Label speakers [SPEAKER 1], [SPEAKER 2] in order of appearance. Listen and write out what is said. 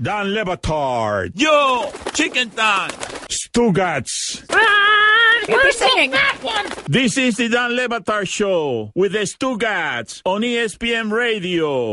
[SPEAKER 1] Dan Lebatard,
[SPEAKER 2] Yo, chicken time.
[SPEAKER 1] Stugats.
[SPEAKER 3] We're singing.
[SPEAKER 1] E This is the Dan Lebatard Show with the Stugats on ESPN Radio.